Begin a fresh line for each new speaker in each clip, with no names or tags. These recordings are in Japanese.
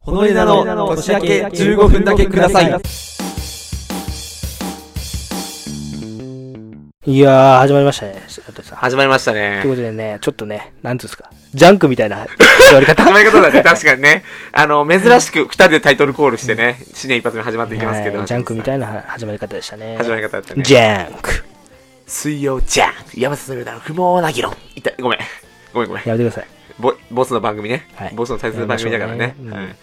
ほのりなの年明け15分だけください。
いやー、始まりましたね。白鳥さん
始まりました
という
ね。
ことでね、ちょっとね、なんつうんですか、ジャンクみたいな終わ り方。
始まり方だね、確かにね。あの、珍しく二人でタイトルコールしてね、新年一発目始まっていきますけど。
はいジャンクみたいな始まり方でしたね。
始まり方だったね。
ジャンク。
水曜ジャンク山里の歌の不毛な議論いたごめんごめんごめん
やめてください。
ボボスの番組ね、
はい
ボスの大切な番組だから
や
ね
りましょうねうん
はい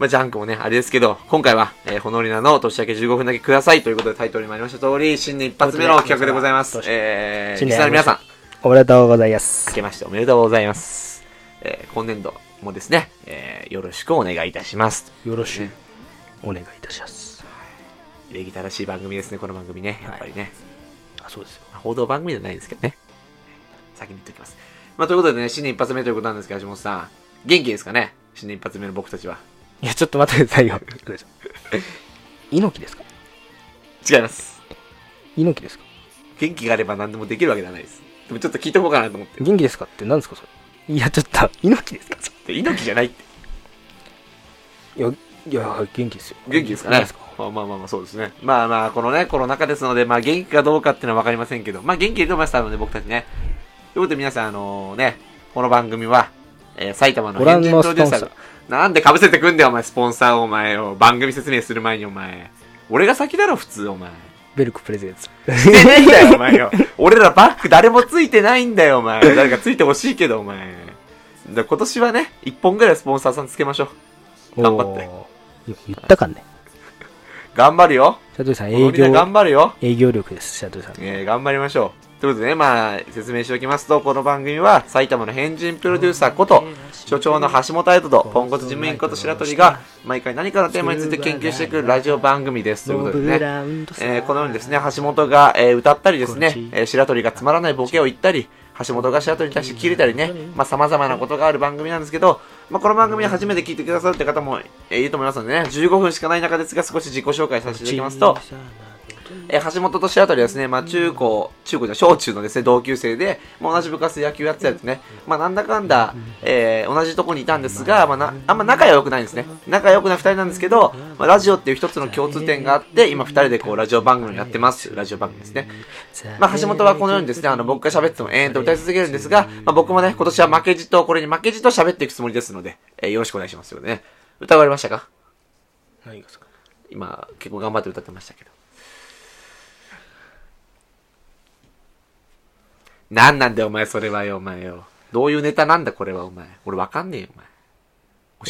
まあ、ジャンクもねあれですけど今回は、えー、ホノリナの年明け15分だけくださいということでタイトルにもありました通り新年一発目の企画でございます
どうし
えー、
新
リ
年
スナーの皆さん
おめでとうございま
明
す。
けましておめでとうございます、えー、今年度もですね、えー、よろしくお願いいたします
よろし
ね
くお願いいたします。
礼儀正しい番組ですねこの番組ねやっぱりね、
あ、そうですよ。
報道番組じゃないんですけどね。先に言っておきます。まあ、ということでね、新年一発目ということなんですけど、橋本さん、元気ですかね新年一発目の僕たちは。
いや、ちょっと待ってくださいよ。 どうでしょう猪木ですか
違います。
猪木ですか
元気があれば何でもできるわけじゃないです。でもちょっと聞いとこうかなと思って。
元気ですかって何ですかそれ。いや、ちょっと、猪木ですか
で猪木じゃないって。
いや、いや、元気ですよ。
元気ですかね
元気
まあまあまあまあ、そうですね。まあまあ、このね、コロナ禍ですので、まあ元気かどうかっていうのはわかりませんけど、まあ元気でと思います、多分ね、僕たちね。ということで皆さん、あのね、この番組は、えー埼玉の
ご覧
変
の
人プロデューサー
スポン
が、なんで被せてくんだよ、お前、スポンサーをお前を、番組説明する前にお前、俺が先だろ、普通、お前。
ベルクプレゼンツ。
してねえんだよ、お前よ。俺らバック誰もついてないんだよ、お前。誰かついてほしいけど、お前。だ今年はね、一本ぐらいスポンサーさんつけましょう。頑張っ
おー。
て
よく言ったかんね。
頑張るよ。
シャトリさん、
こ
営
のみんな
業
頑、張るよ。
営業力です、シャトリさん。
えー頑張りましょう。ということでね、まあ、説明しておきますと、この番組は、埼玉の変人プロデューサーこと、所長の橋本愛人と、ポンコツ事務員こと白鳥が、毎回何かのテーマについて研究していくラジオ番組です。ということでね。えーこのようにですね、橋本が、えー歌ったりですね、えー白鳥がつまらないボケを言ったり、橋本が白鳥に対して切れたりね、まあ、様々なことがある番組なんですけど、まあ、この番組初めて聞いてくださるって方も、えーいると思いますのでね、15分しかない中ですが、少し自己紹介させていただきますと、えー橋本と白鳥はですね、まあ、中高、中高じゃない小中のですね、同級生で、まあ、同じ部活で野球やってたですね、まあ、なんだかんだ、えー同じとこにいたんですが、まあ、なあんま仲良くないんですね。仲良くない二人なんですけど、まあ、ラジオっていう一つの共通点があって、今二人でこう、ラジオ番組をやってます。ラジオ番組ですね。まあ、橋本はこのようにですね、あの、僕が喋っても延々と歌い続けるんですが、まあ、僕もね、今年は負けじと、これに負けじと喋っていくつもりですので、えーよろしくお願いします。ということでね、歌終わりましたか
何がですか
今、結構頑張って歌ってましたけど。なんなんだよ、お前、それはよ、お前よ。どういうネタなんだ、これは、お前。俺、わかんねえよ、お前。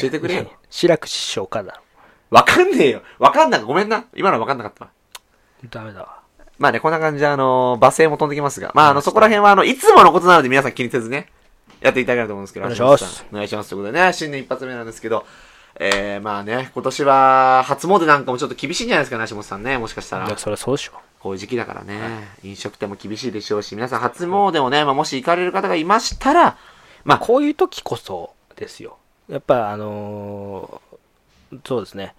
教えてくれよ。
白く師匠からだろ。
わかんねえよ。わかんなかごめんな。今のはわかんなかったわ。
ダメだわ。
まあね、こんな感じで、あの罵声も飛んできますが、まあ、あの、そこら辺は、あの、いつものことなので皆さん気にせずね、やっていただければと思うんですけど、
お願いします
橋本さん。お願いします。ということでね、新年一発目なんですけど、えー、まあね、今年は、初詣なんかもちょっと厳しいんじゃないですかね、橋本さんね、もしかしたら。
いや、そりゃそうでしょ。
こういう時期だからね、飲食店も厳しいでしょうし、皆さん初詣をね、まあ、もし行かれる方がいましたら、まあ、
こういう時こそですよ。やっぱ、あのーそうですね。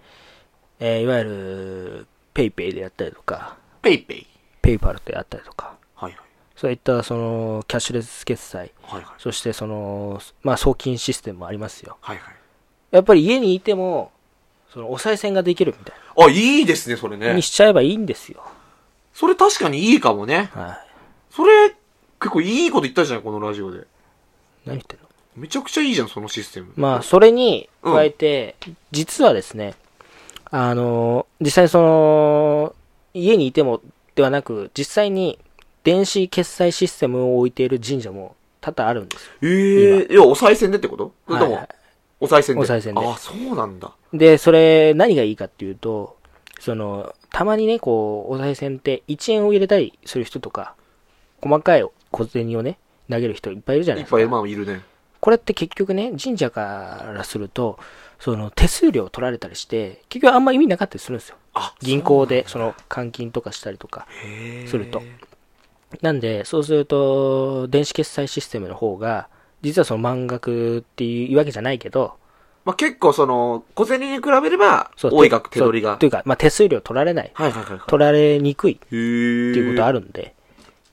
えーいわゆる、ペイペイでやったりとか、
ペイペイ。
ペイパルでやったりとか、
はいはい。
そういった、その、キャッシュレス決済、
はいはい。
そして、その、まあ、送金システムもありますよ。
はいは
やっぱり家にいても、その、お賽銭ができるみたい
い。あ、いいですね、それ
な、
ね
に。しちゃえばいいんですよ。
それ確かにいいかもね。
は
それ、結構いいこと言ったじゃん、このラジオで。
い。何言ってんの
めちゃくちゃいいじゃん、そのシステム。
まあ、それに加えて、実はですね、あの、実際にその、家にいてもではなく、実際に電子決済システムを置いている神社も多々あるんですよ。
えー、いや、お賽銭でってことそれとも、
はいは
お賽銭で。
お賽銭で
あ、そうなんだ。
いで、それ、何がいいかっていうと、その、たまにね、こう、お賽銭って1円を入れたりする人とか、細かい小銭をね、投げる人いっぱいいるじゃない
いっ
ですか。
ぱい、まあ、いるね。
これって結局ね、神社からすると、その手数料取られたりして、結局あんま意味なかったりするんですよ。
あ、
銀行でその換金とかしたりとか。
へー
するとなんで、そうすると、電子決済システムの方が、実はその満額っていうわけじゃないけど、
まあ、結構、その、小銭に比べれば、
そう
多い額、手取り
そ
が
うと。いうか、まあ手数料取られない。
はいはいはいはい。
取られにくいっ
へー
ていうことあるんで、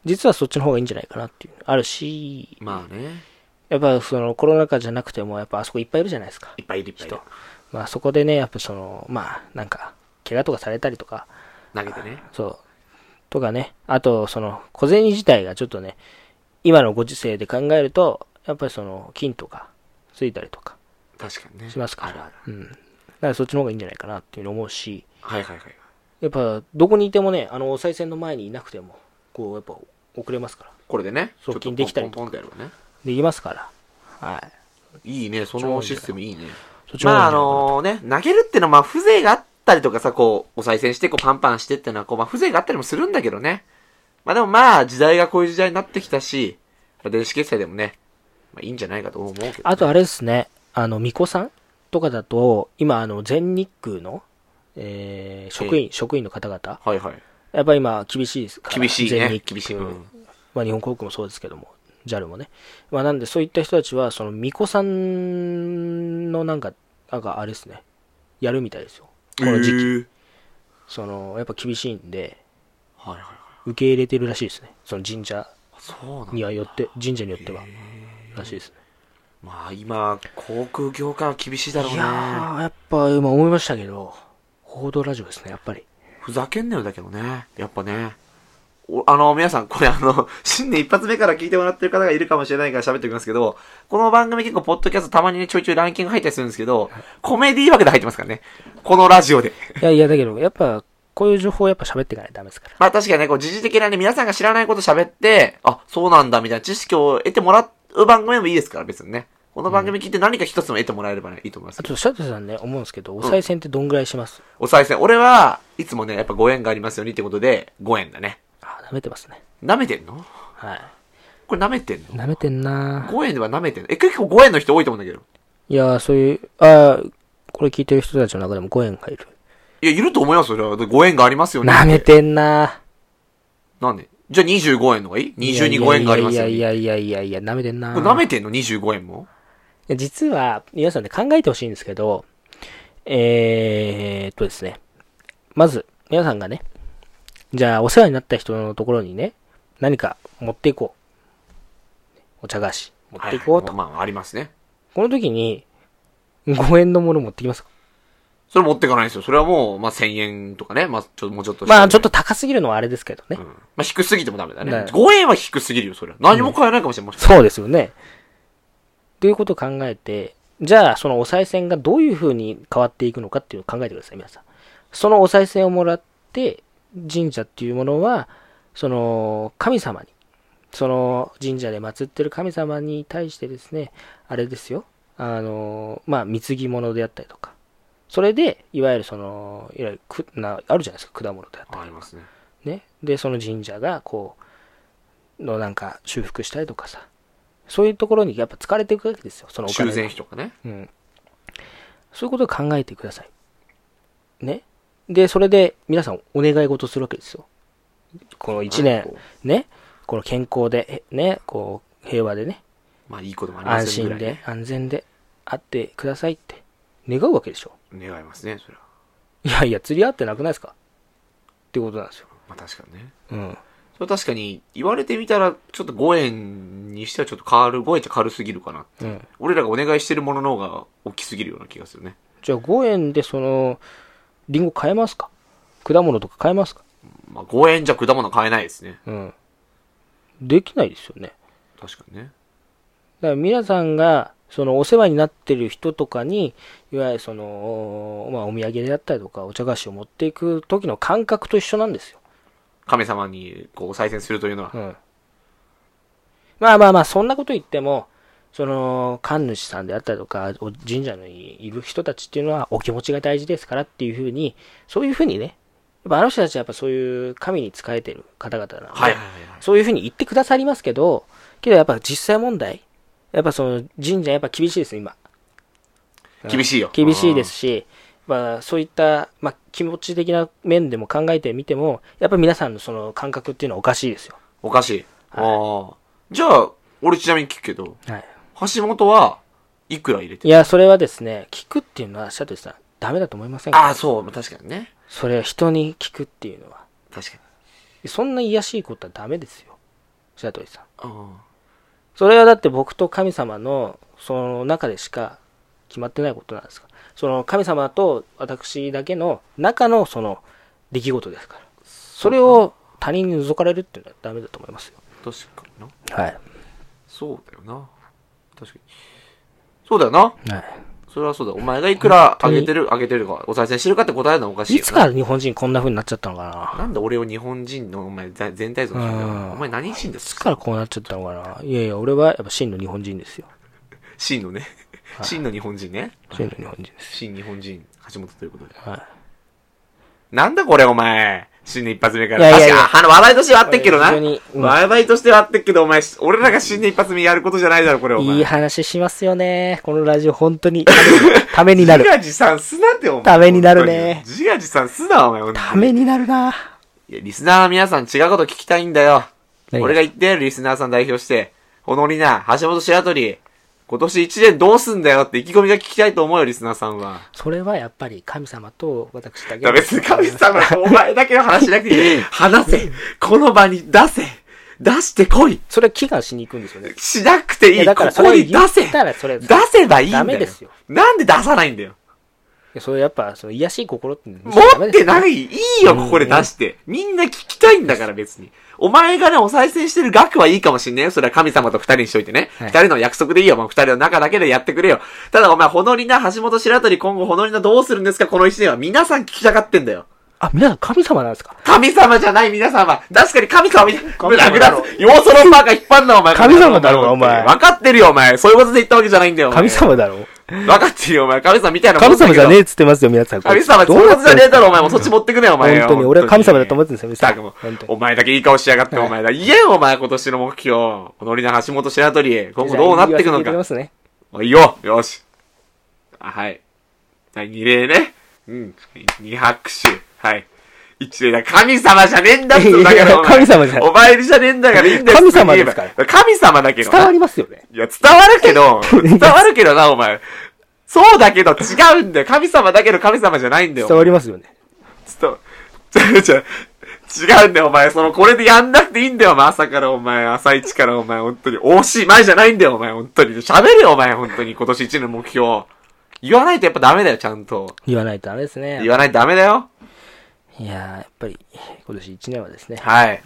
実はそっちの方がいいんじゃないかなっていう、あるし、
まあね。
やっぱそのコロナ禍じゃなくても、やっぱあそこいっぱいいるじゃないですか
い。っぱいいるいっぱいいる
人。まあそこでね、やっぱその、まあなんか、怪我とかされたりとか、
投げてね。
そう。とかね。あと、その、小銭自体がちょっとね、今のご時世で考えると、やっぱりその、金とか、ついたりとか
確かにね。
しますか
あるあ
ら
る。
うん。だからそっちの方がいいんじゃないかなっていうの思うし、
はいはいはい。
やっぱ、どこにいてもね、あの、お賽銭の前にいなくても、こう、やっぱ、遅れますから。
これでね、
送金できたり
ちょっとポンポンポンってやればね。
できますから。はい。
いいね、そのシステムいいね。
そっちの方
まあ
がいい
あ
んじゃないかな
のね、投げるってのはまあ風情があったりとかさ、こう、お賽銭してこうパンパンしてってのはこう、まあ風情があったりもするんだけどね。まあでもまあ時代がこういう時代になってきたし、電子決済でもね、まあいいんじゃないかと思うけど、
あとあれですね、あの、巫女さんとかだと、今、あの、全日空の、えー、職員、職員の方々、
はいはい。
やっぱ今、厳しいですから
厳しいね
全。日
厳しい。
空、
うん。
まあ、日本航空もそうですけども、JAL もね。まあ、なんで、そういった人たちは、その、巫女さんの、なんか、なんか、あれですね、やるみたいですよ。この時期。
期。
その、やっぱ厳しいんで、
はいはいはい。
受け入れてるらしいですね。その神社
そうなんだ
にはよって、神社によっては、らしいですね。
まあ今、航空業界は厳しいだろう
い
ね。
やー、やっぱ今思いましたけど、報道ラジオですね、やっぱり。
ふざけんなよだけどね。やっぱね。おあの、皆さん、これあの、 新年一発目から聞いてもらってる方がいるかもしれないから喋っておきますけど、この番組結構、ポッドキャストたまにね、ちょいちょいランキング入ったりするんですけど、コメディ枠で入ってますからね。このラジオで。
いやいや、だけど、やっぱ、こういう情報をやっぱ喋っていかないとダメですから。
まあ確かにね、こう、時事的なね、皆さんが知らないこと喋って、あ、そうなんだ、みたいな知識を得てもらう番組でもいいですから、別にね。この番組聞いて何か一つも得てもらえればね、いいと思います
あ。と、シャトさんね、思うんですけど、お賽銭ってどんぐらいします、
おさい銭、俺はいつもね、やっぱご縁がありますようにってことで、ご縁だね。
あ、舐めてますね。
舐めてんの
はい。
これ舐めてんの
舐めてんなー
5円では舐めてんのえ、結構5円の人多いと思うんだけど。
いやー、そういう、あーこれ聞いてる人たちの中でも5円がいる。
いや、いると思いますよ。だから5円がありますよね。
舐め。てんな
なんでじゃあ25円の方がいい
ー
?20 に5円がありますよ、ね。
いやいやいやいやいや、舐めてんなー
これ舐めてんの ?25 円も
いや実は、皆さんで考えてほしいんですけど、えーっとですね。まず、皆さんがね、じゃあ、お世話になった人のところにね、何か持っていこう。お茶菓子、持っていこうと。
はいはいまあ、ありますね。
この時に、5円のもの持ってきますか
それ持ってかないですよ。それはもう、まあ、1000円とかね。まあ、ちょっと、もうちょっとして。
まあ、ちょっと高すぎるのはあれですけどね。
うん。まあ、低すぎてもダメだね。
だよ
5円は低すぎるよ、それは。何も買えないかもしれない。もしかしたら
そうですよね。ということを考えて、じゃあ、そのお賽銭がどういう風に変わっていくのかっていうのを考えてください、皆さん。そのお賽銭をもらって、神社っていうものは、その、神様に、その神社で祀ってる神様に対してですね、あれですよ、あの、まあ、貢ぎ物であったりとか、それで、いわゆるその、いわゆるくな、あるじゃないですか、果物であったりとか
あありますね。
ね、でその神社がこうのなんか修復したりとかさそういうところにやっぱ疲れていくわけですよそのお
修
金
繕
が、
費とかね。
うん、そういうことを考えてくださいねでそれで皆さんお願い事するわけですよこの1
はい
年ねこの健康でえねこう平和でね
まあ、いいこともありま
安
すよね。
心で
ぐ
安全であってくださいって願うわけでしょ
らいね。願いますね、それは。
いやいや釣り合ってなくないですかってことなんですよ
まあ、確かにね。
うん
それ確かに、言われてみたら、ちょっと5円にしてはちょっと軽、5円じゃ軽すぎるかな。
うん
俺らがお願いしてるものの方が大きすぎるような気がするね。
じゃあ5円でその、リンゴ買えますか果物とか買えますか
まあ5円じゃ果物買えないですね。
うん。できないですよね。
確かにね。
だから皆さんが、そのお世話になってる人とかに、いわゆるその、まあお土産であったりとか、お茶菓子を持っていく時の感覚と一緒なんですよ。
神様にこう再選するというのは。
うん。まあまあまあ、そんなこと言っても、その、神主さんであったりとか、お神社にいる人たちっていうのは、お気持ちが大事ですからっていうふうに、そういうふうにね、やっぱあの人たちはやっぱそういう神に仕えてる方々なので、
はいはいはいはい。
そういうふうに言ってくださりますけど、けどやっぱ実際問題、やっぱその神社やっぱ厳しいです、今。
厳しいよ。
厳しいですし、まあ、そういった、まあ、気持ち的な面でも考えてみても、やっぱり皆さんのその感覚っていうのはおかしいですよ。
うん。おかしい。ああ。じゃあ、俺ちなみに聞くけど、
はい。
橋本はいくら入れて
いや、それはですね、聞くっていうのは、シャトルさん、ダメだと思いませんか
ああ、そう。まあ確かにね。
それは人に聞くっていうのは。
確かに。
そんな癒やしいことはダメですよ。シャトルさん。
ああ。
それはだって僕と神様の、その中でしか決まってないことなんですか。その神様と私だけの中のその出来事ですから。それを他人に覗かれるっていうのはダメだと思いますよ。
確かにな。
はい。
そうだよな。確かに。そうだよな。
はい。
それはそうだ。お前がいくら上げてる、上げてるか、お賽銭してるかって答えるのはおかしいよ
い
な。
つから日本人こんな風になっちゃったのか
なんで俺を日本人のお前ざ全体像にしてんだよ
うん
お前何人で
ないつ
す
からこうなっちゃったのかないやいや、俺はやっぱ真の日本人ですよ。
真のね。真の日本人ね。
真の日本人です。
真日本人、橋本ということで。
は
なんだこれお前。新年一発目から。
いやいやいや
確かに、あの、話題としては合ってっけどな。
これ非常にうん
話題としては合ってっけど、お前、俺らが新年一発目やることじゃないだろ、これお
い。
前。
いい話しますよね。このラジオ本当にためになる
自。画自賛すなって、お前。
ためになるね
自画自賛すな、お前。本当に
ためになるない
や、リスナーの皆さん違うこと聞きたいんだよ。
何が
俺が言ってやるリスナーさん代表して、ホノリナ、橋本白鳥、今年一年どうすんだよって意気込みが聞きたいと思うよ、リスナーさんは。
それはやっぱり神様と私だけ
だ、別に 神様、お前だけの話しなくていい。話せこの場に出せ出してこい
それは祈願しに行くんですよね。
しなくていい
いやだか
こ
ら
こ
それを
に出せ
言ったらそれ
出せばいいんだ
ダ
よ
メですよ
なんで出さないんだよ
いやそれやっぱ、その、癒やしい心って、持
持ってないいいよ、ここで出して。みんな聞きたいんだから、別に。お前がね、お再生してる額はいいかもしんねえよ。それは神様と二人にしといてね。
は
二、
い
人の約束でいいよ。もう二人の中だけでやってくれよ。ただお前、ほのりな、橋本白鳥、今後ほのりなどうするんですかこの一年は。皆さん聞きたがってんだよ。
あ、皆さん神様なんですか
神様じゃない皆様。確かに神様みたい
神
ラ
様
グ
だ
ダ
ろ
ス、要素のバーが引っ張んな、お前。
神様だろうがお前
分かってるよ、お前。そういうことで言ったわけじゃないんだよ。お前
神。様だろ
分かってるよ、お前。神様みたいなもん
神
だけど
様じゃねえっつってますよ、皆さん。
神様、そういうことじゃねえだろ、お前。もうそっち持ってくね、お前よ。
本当に俺は神様だと思ってるんですよ
たくも
本当に
お前だけいい顔しやがって、お前だ。言えよ、お前、今年の目標。このりな橋本白鳥、今後どうなっていくの
じゃあ言い忘れてま
か。
すね
いいよ、よし。あはい。はい、二例ね。うん。二拍手。はい。一例だ。神様じゃねえんだっつうんだか
い
ら、
や
お前。
神様じゃない
お前じゃねえんだからいいんだよ、
神様ですから
普通に言えば神様だけど
伝
な。
わりますよね。
いや、伝わるけど、伝わるけどな、お前。そうだけど違うんだよ。神様だけど神様じゃないんだよ。
伝わりますよね。
ちょっと、ちょ、ちょ、違うんだよ、お前。その、これでやんなくていいんだよ、お前。朝から、お前。朝一から、お前。本当に。惜しい前じゃないんだよ、お前。本当に。喋れよ、お前。本当に。今年一年の目標。言わないとやっぱダメだよ、ちゃんと。
言わないとダメですね。
言わないとダメだよ。
いやー、やっぱり、今年1年はですね、
はい。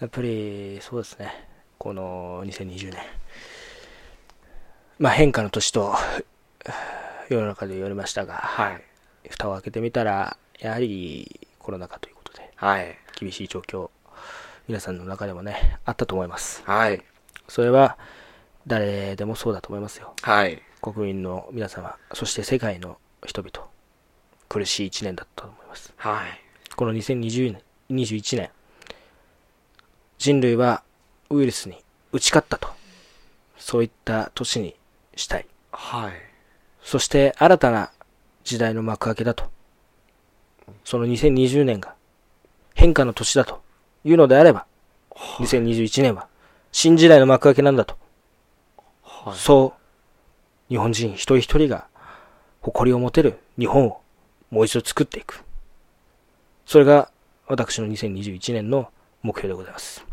やっぱり、そうですね、この2020年、まあ変化の年と、世の中で言われましたが、
はい。
蓋を開けてみたら、やはりコロナ禍ということで、
はい。
厳しい状況、皆さんの中でもね、あったと思います。
はい。
それは、誰でもそうだと思いますよ。
はい。
国民の皆様、そして世界の人々、苦しい1年だったと思います。
はい。
この2020年、21年、人類はウイルスに打ち勝ったと、そういった年にしたい。
はい。
そして新たな時代の幕開けだと、その2020年が変化の年だというのであれば、2021年は新時代の幕開けなんだと、
はい。
そう、日本人一人一人が誇りを持てる日本をもう一度作っていく。それが私の2021年の目標でございます。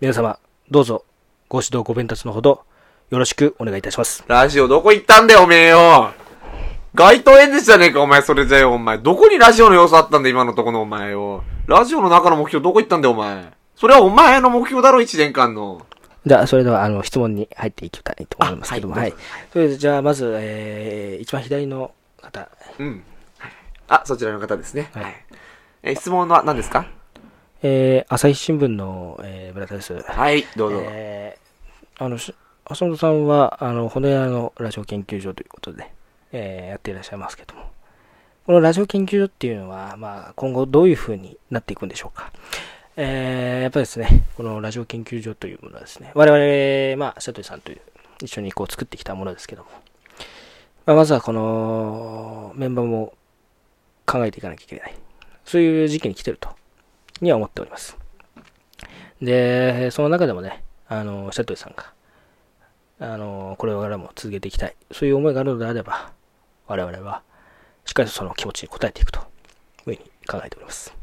皆様、どうぞご指導ご鞭達のほどよろしくお願いいたします。
ラジオどこ行ったんだよ、おめえよ。街頭演説じゃねえか、お前、それじゃよ、お前。どこにラジオの要素あったんだ、今のとこのお前よ。ラジオの中の目標どこ行ったんだよ、お前。それはお前の目標だろ、一年間の。
じゃあ、それでは、あの、質問に入っていきたいと思いますけども、
あ
は
はい
い。それで、じゃあ、まず、えー、一番左の方、
うん。あ、そちらの方ですね。
はい
はい。え、質問は何ですか
えー、朝日新聞の、えー、村田です。
はい、どうぞ。
えーあの、し橋本さんは、あの、骨屋のラジオ研究所ということで、えーやっていらっしゃいますけども、このラジオ研究所っていうのは、まあ、今後どういうふうになっていくんでしょうか。えーやっぱりですね、このラジオ研究所というものはですね、我々、まあ、シャトリさんという、一緒にこう作ってきたものですけども、まあ、まずはこの、メンバーも考えていかなきゃいけない。そういう時期に来てると、には思っております。で、その中でもね、あの、シャトルさんが、あの、これからも続けていきたい、そういう思いがあるのであれば、我々は、しっかりとその気持ちに応えていくと、いうふうに考えております。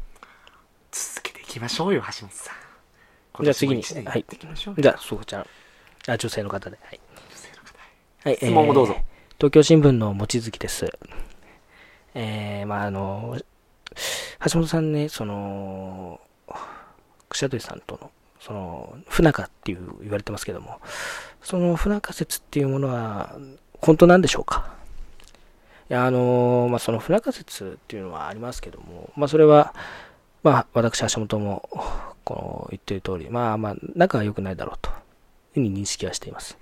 続けていきましょうよ、橋本さん。
じゃあ次に
今年も一年
はい
やっていきましょう
じゃあ、すごちゃん。あ、女性の方で。はい。はい、
質問もどうぞ
えー東京新聞の望月です。えー、まあ、あの、橋本さんね、その、串鳥さんとの、その、不仲っていう言われてますけども、その不仲説っていうものは、本当なんでしょうかいや、あの、まあ、その不仲説っていうのはありますけども、まあ、それは、まあ、私、橋本も、この言ってる通り、まあまあ、仲は良くないだろうと、いうふうに認識はしています。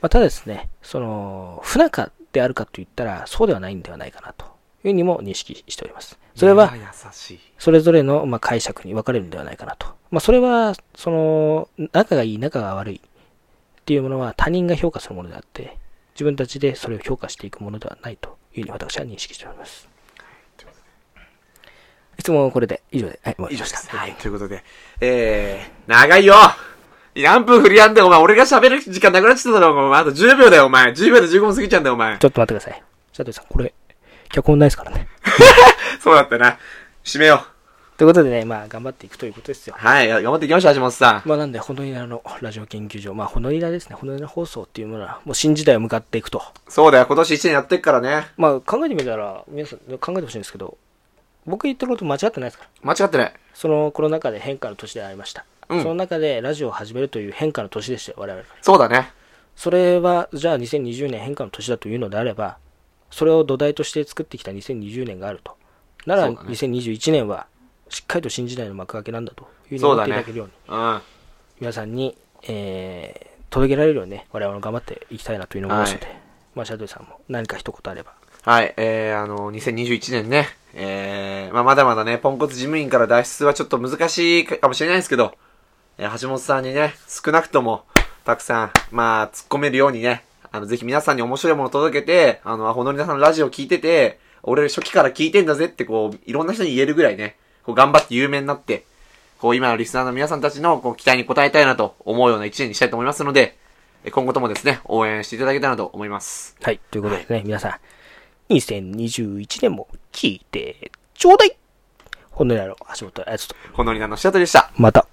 まあ、ただですね、その、不仲であるかと言ったら、そうではないんではないかなと、いうふうにも認識しております。それは、
いや優しい
それぞれの、まあ、解釈に分かれるんではないかなと。まあ、それは、その、仲がいい、仲が悪いっていうものは他人が評価するものであって、自分たちでそれを評価していくものではないというふうに私は認識しております。質問はこれで以上で、はい、もう
以
以
上
上
で
ですす。
は
はいい。
ということでえー、長いよ何分振りやんでお前俺が喋る時間なくなっちゃっただろお前あと10秒だよお前10秒で15分過ぎちゃうんだよお前
ちょっと待ってください。佐藤さん、これ、脚本ないですからね。
そうだったな締めよう
ということでね、まあ、頑張っていくということですよ。
はい頑張っていきましょう橋本さん
まあ、なんで、ホノイラのラジオ研究所、まあ、ホノイラですね、ホノイラ放送っていうものは、もう新時代を向かっていくと。
そうだよ今年1年やってっからね
まあ、考えてみたら、皆さん考えてほしいんですけど、僕言ってること間違ってないですから。
間違ってない
そのコロナ禍で変化の年でありました。
うん
その中でラジオを始めるという変化の年でしたよ、我々から。
そうだね
それは、じゃあ2020年変化の年だというのであれば、それを土台として作ってきた2020年があると。なら、
そうだね
2021年は、しっかりと新時代の幕開けなんだというふうに
そう
思っ
だ
ていただ
ね
けるように、
うん
皆さんに、えー、届けられるようにね、我々も頑張っていきたいなというのを思いますので、
は
まあ、シャドウさんも何か一言あれば。
はい、えー、あの、2021年ね、えー、まあ、まだまだね、ポンコツ事務員から脱出はちょっと難しいかもしれないですけど、えー橋本さんにね、少なくとも、たくさん、まあ、突っ込めるようにね、あの、ぜひ皆さんに面白いもの届けて、あの、ほのりなさんのラジオ聞いてて、俺初期から聞いてんだぜって、こう、いろんな人に言えるぐらいね、こう、頑張って有名になって、こう、今のリスナーの皆さんたちの、こう、期待に応えたいなと思うような一年にしたいと思いますので、えー今後ともですね、応援していただけたらと思います。
はい、ということでね、皆さん、2021年も聞いてちょうだいほんのやろ、橋本あやつと。
ほのりなの白鳥でした。
また。